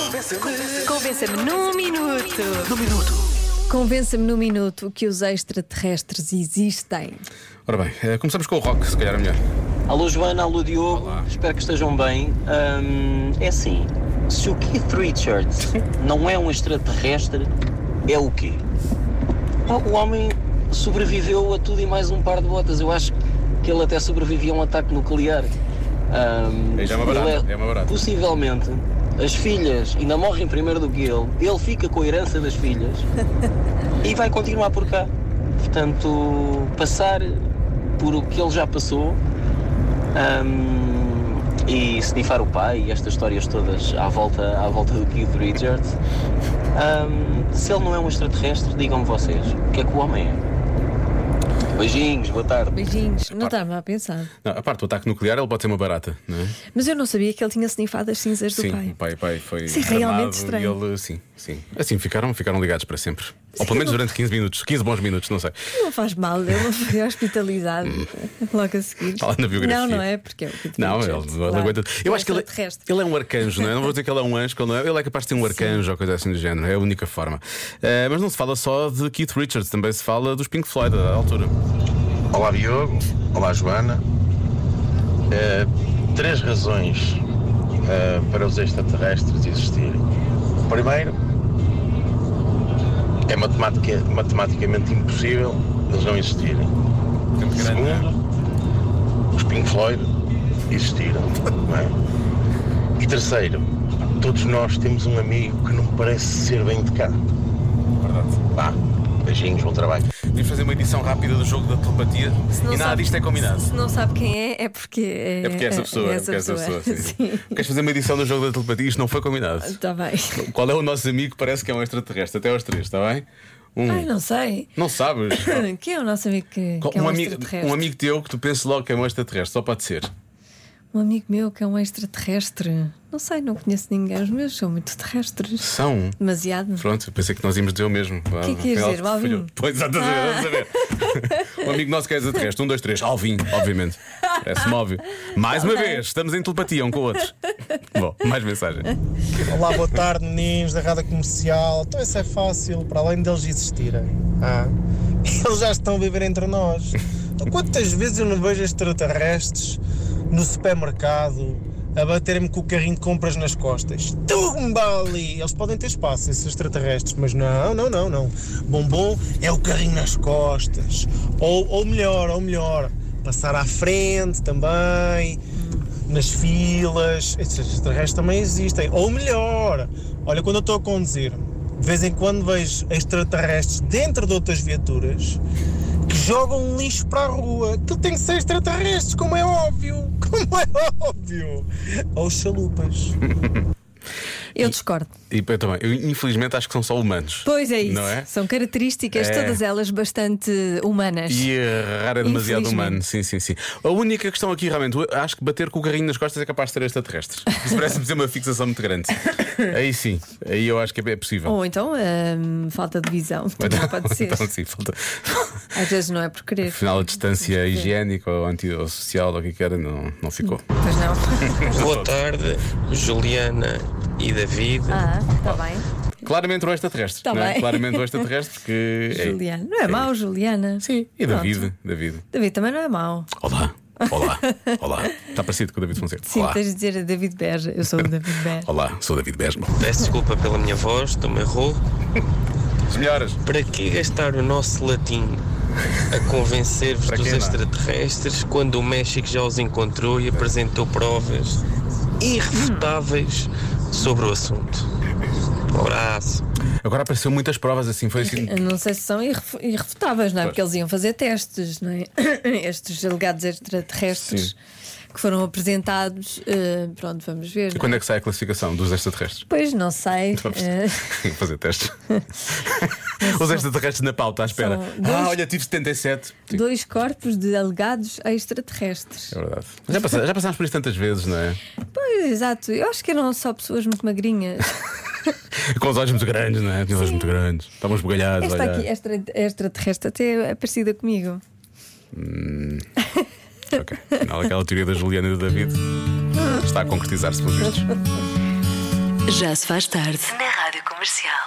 Convença-me Convença-me num minuto. no minuto. Convença-me num minuto que os extraterrestres existem. Ora bem, eh, começamos com o rock, se calhar é melhor. Alô Joana, alô Diogo, Olá. espero que estejam bem. Hum, é assim, se o Keith Richards não é um extraterrestre, é o quê? Ah, O homem sobreviveu a tudo e mais um par de botas. Eu acho que ele até sobrevivia a um ataque nuclear. Hum, É, já é uma ele barata, é uma barata. Possivelmente, as filhas ainda morrem primeiro do que ele, ele fica com a herança das filhas e vai continuar por cá. Portanto, passar por o que ele já passou hum, e se snifar o pai e estas histórias todas à volta, à volta do Keith Richards. hum, se ele não é um extraterrestre, digam-me vocês, o que é que o homem é? Beijinhos, boa tarde. Beijinhos. Não estava a pensar. Não, a parte do ataque nuclear, ele pode ser uma barata, não é? Mas eu não sabia que ele tinha snifado as cinzas do sim, pai. o pai, o pai foi. Isso é realmente armado estranho. E ele, sim, sim. Assim ficaram, ficaram ligados para sempre. Ou pelo menos não- durante 15 minutos, 15 bons minutos, não sei. Não faz mal, ele não foi hospitalizado logo a seguir. Está lá na biografia. Não, não é? Porque é o Keith Não, ele, Richards, ele claro. aguenta. Eu acho que ele, extraterrestre. ele é um arcanjo, não é? Não vou dizer que ele é um anjo, que ele, não é. ele é capaz de ter um arcanjo ou coisa assim do género. É a única forma. Eh, mas não se fala só de Keith Richards, também se fala dos Pink Floyd, à altura. Olá Diogo, olá Joana. Eh, três razões eh, para os extraterrestres existirem. Primeiro, é matemática- matematicamente impossível eles não existirem. Segundo, os Pink Floyd existiram. não é? E terceiro, todos nós temos um amigo que não parece ser bem de cá. Verdade. Vá, beijinhos, bom trabalho. Devíamos fazer uma edição rápida do jogo da telepatia Se não e nada sabe- disto é combinado. Se não sabe quem é, é porque é, É porque é essa pessoa. É essa pessoa. sim. Queres fazer uma edição do jogo da telepatia? Isto não foi combinado. Está Tá bem. Qual é o nosso amigo que parece que é um extraterrestre? Até aos três, está bem? Um. Ai, não sei. Não sabes? Quem é o nosso amigo que, Qual- que é um, amigo, extraterrestre? um amigo teu que tu penses logo que é um extraterrestre, só pode ser. Um amigo meu que é um extraterrestre. Não sei, não conheço ninguém. Os meus são muito terrestres. São. um. Demasiado. Pronto, eu pensei que nós íamos dizer o mesmo. Ah, O que é que ias dizer? O Alvin? Ah. Pois, exatamente, vamos saber. um amigo nosso que é extraterrestre. Um, dois, três. Alvin, obviamente. Parece-me óbvio. Mais uma vez, estamos em telepatia um com o outro. Bom, mais mensagem. Olá, boa tarde, meninos da Rádio Comercial. Então isso é fácil, para além deles existirem. Ah, eles já estão a viver entre nós. Então, quantas vezes eu não vejo extraterrestres no supermercado a baterem-me com o carrinho de compras nas costas? Tumba ali! Eles podem ter espaço, esses extraterrestres, mas não, não, não, não. Bombom é o carrinho nas costas. Ou, ou melhor, ou melhor, passar à frente também nas filas, esses extraterrestres também existem. Ou melhor, olha, quando eu estou a conduzir, de vez em quando vejo extraterrestres dentro de outras viaturas que jogam um lixo para a rua. Que tem que ser extraterrestres, como é óbvio, como é óbvio. Ou chalupas. Eu discordo. E eu também, eu infelizmente acho que são só humanos. Pois é isso. Não é? São características, É. todas elas bastante humanas. E errar é demasiado Infelizmente. humano, sim, sim, sim. A única questão aqui, realmente, eu acho que bater com o carrinho nas costas é capaz de ser extraterrestre. Isso parece-me ser uma fixação muito grande. Aí sim, aí eu acho que é possível. Ou então hum, falta de visão. Também pode ser. então, sim, falta. Às vezes não é por querer. Afinal, a distância higiênica ou anti ou social ou o que quer, não, não ficou. Pois não. Boa tarde, Juliana e David. Ah, está bem. Claramente um extraterrestre. Tá não é? bem. Claramente um extraterrestre que. é- Juliana. Não é mau, Juliana? Sim, e Pronto. David. David. David também não é mau. Olá, olá, olá. Está parecido com o David Fonseca. Sim, olá. tens de dizer a David Beja. Eu sou o David Beja. Olá, sou David Besmo. Peço desculpa pela minha voz, também rouco. As melhoras. Para que gastar o nosso latim a convencer-vos Para dos quê, não é? extraterrestres quando o México já os encontrou e apresentou provas irrefutáveis sobre o assunto? Um abraço. Agora apareceu muitas provas assim, foi assim. Eu Não sei se são irref- irrefutáveis, não é? Porque eles iam fazer testes, não é? Estes alegados extraterrestres que foram apresentados. eh, pronto, vamos ver. E não é? quando é que sai a classificação dos extraterrestres? Pois não sei. Vamos eh, fazer testes. Os extraterrestres na pauta, à espera. São Ah, dois- olha, tive 77. Sim, dois corpos de alegados extraterrestres. É verdade. Já, passa- já passámos por isso tantas vezes, não é? Pois, exato. Eu acho que eram só pessoas muito magrinhas. Com os olhos muito grandes, não é? Tinha os olhos muito grandes. Estavam esbugalhados. Esta olha. aqui, extra, extraterrestre, até é parecida comigo. Ok. Afinal, aquela teoria da Juliana e do David está a concretizar-se pelos vistos. Já se faz tarde. Na Rádio Comercial.